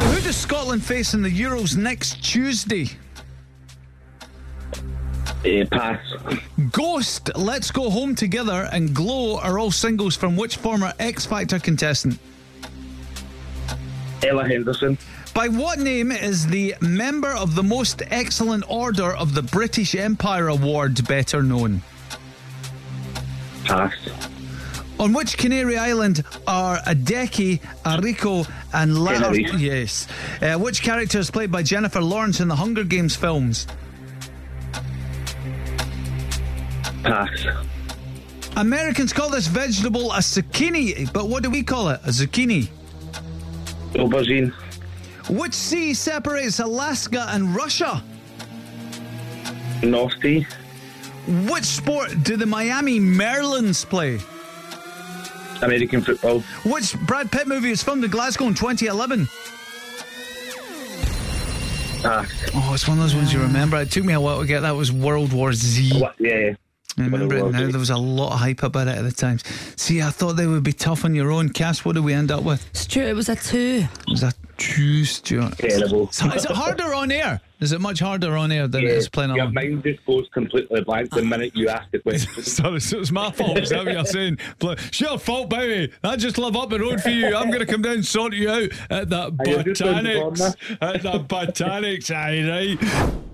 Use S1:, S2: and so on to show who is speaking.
S1: does Scotland face in the Euros next Tuesday?
S2: Uh, pass.
S1: Ghost, Let's Go Home Together, and Glow are all singles from which former X Factor contestant?
S2: Ella Henderson.
S1: By what name is the member of the Most Excellent Order of the British Empire Award better known?
S2: Pass.
S1: On which Canary Island are Adeki, Arico, and Latter?
S2: Tenerife.
S1: Yes. Uh, which character is played by Jennifer Lawrence in the Hunger Games films?
S2: Pass.
S1: Americans call this vegetable a zucchini, but what do we call it? A zucchini.
S2: Aubergine.
S1: Which sea separates Alaska and Russia?
S2: North Sea.
S1: Which sport do the Miami Merlins play?
S2: American football.
S1: Which Brad Pitt movie was filmed in Glasgow in 2011?
S2: Pass.
S1: Oh, it's one of those ones you remember. It took me a while to get that. was World War Z. I
S2: What? Yeah.
S1: remember it
S2: World War
S1: now.
S2: Z.
S1: There was a lot of hype about it at the time. See, I thought they would be tough on your own. Cass, what did we end up with?
S3: Stuart, it was a two.
S1: It was a two, Stuart.
S2: Terrible.
S1: So Is it harder on air? Is it much harder on air than it is playing
S2: Your
S1: on?
S2: mind just goes completely blank the minute you ask the question.
S1: Sorry, so it's my fault. Is that what you're saying? Bl- It's your fault, baby. I just live up the road for you. I'm going to come down and sort you out at that
S2: I understand,
S1: botanics. At that botanics, aye, right?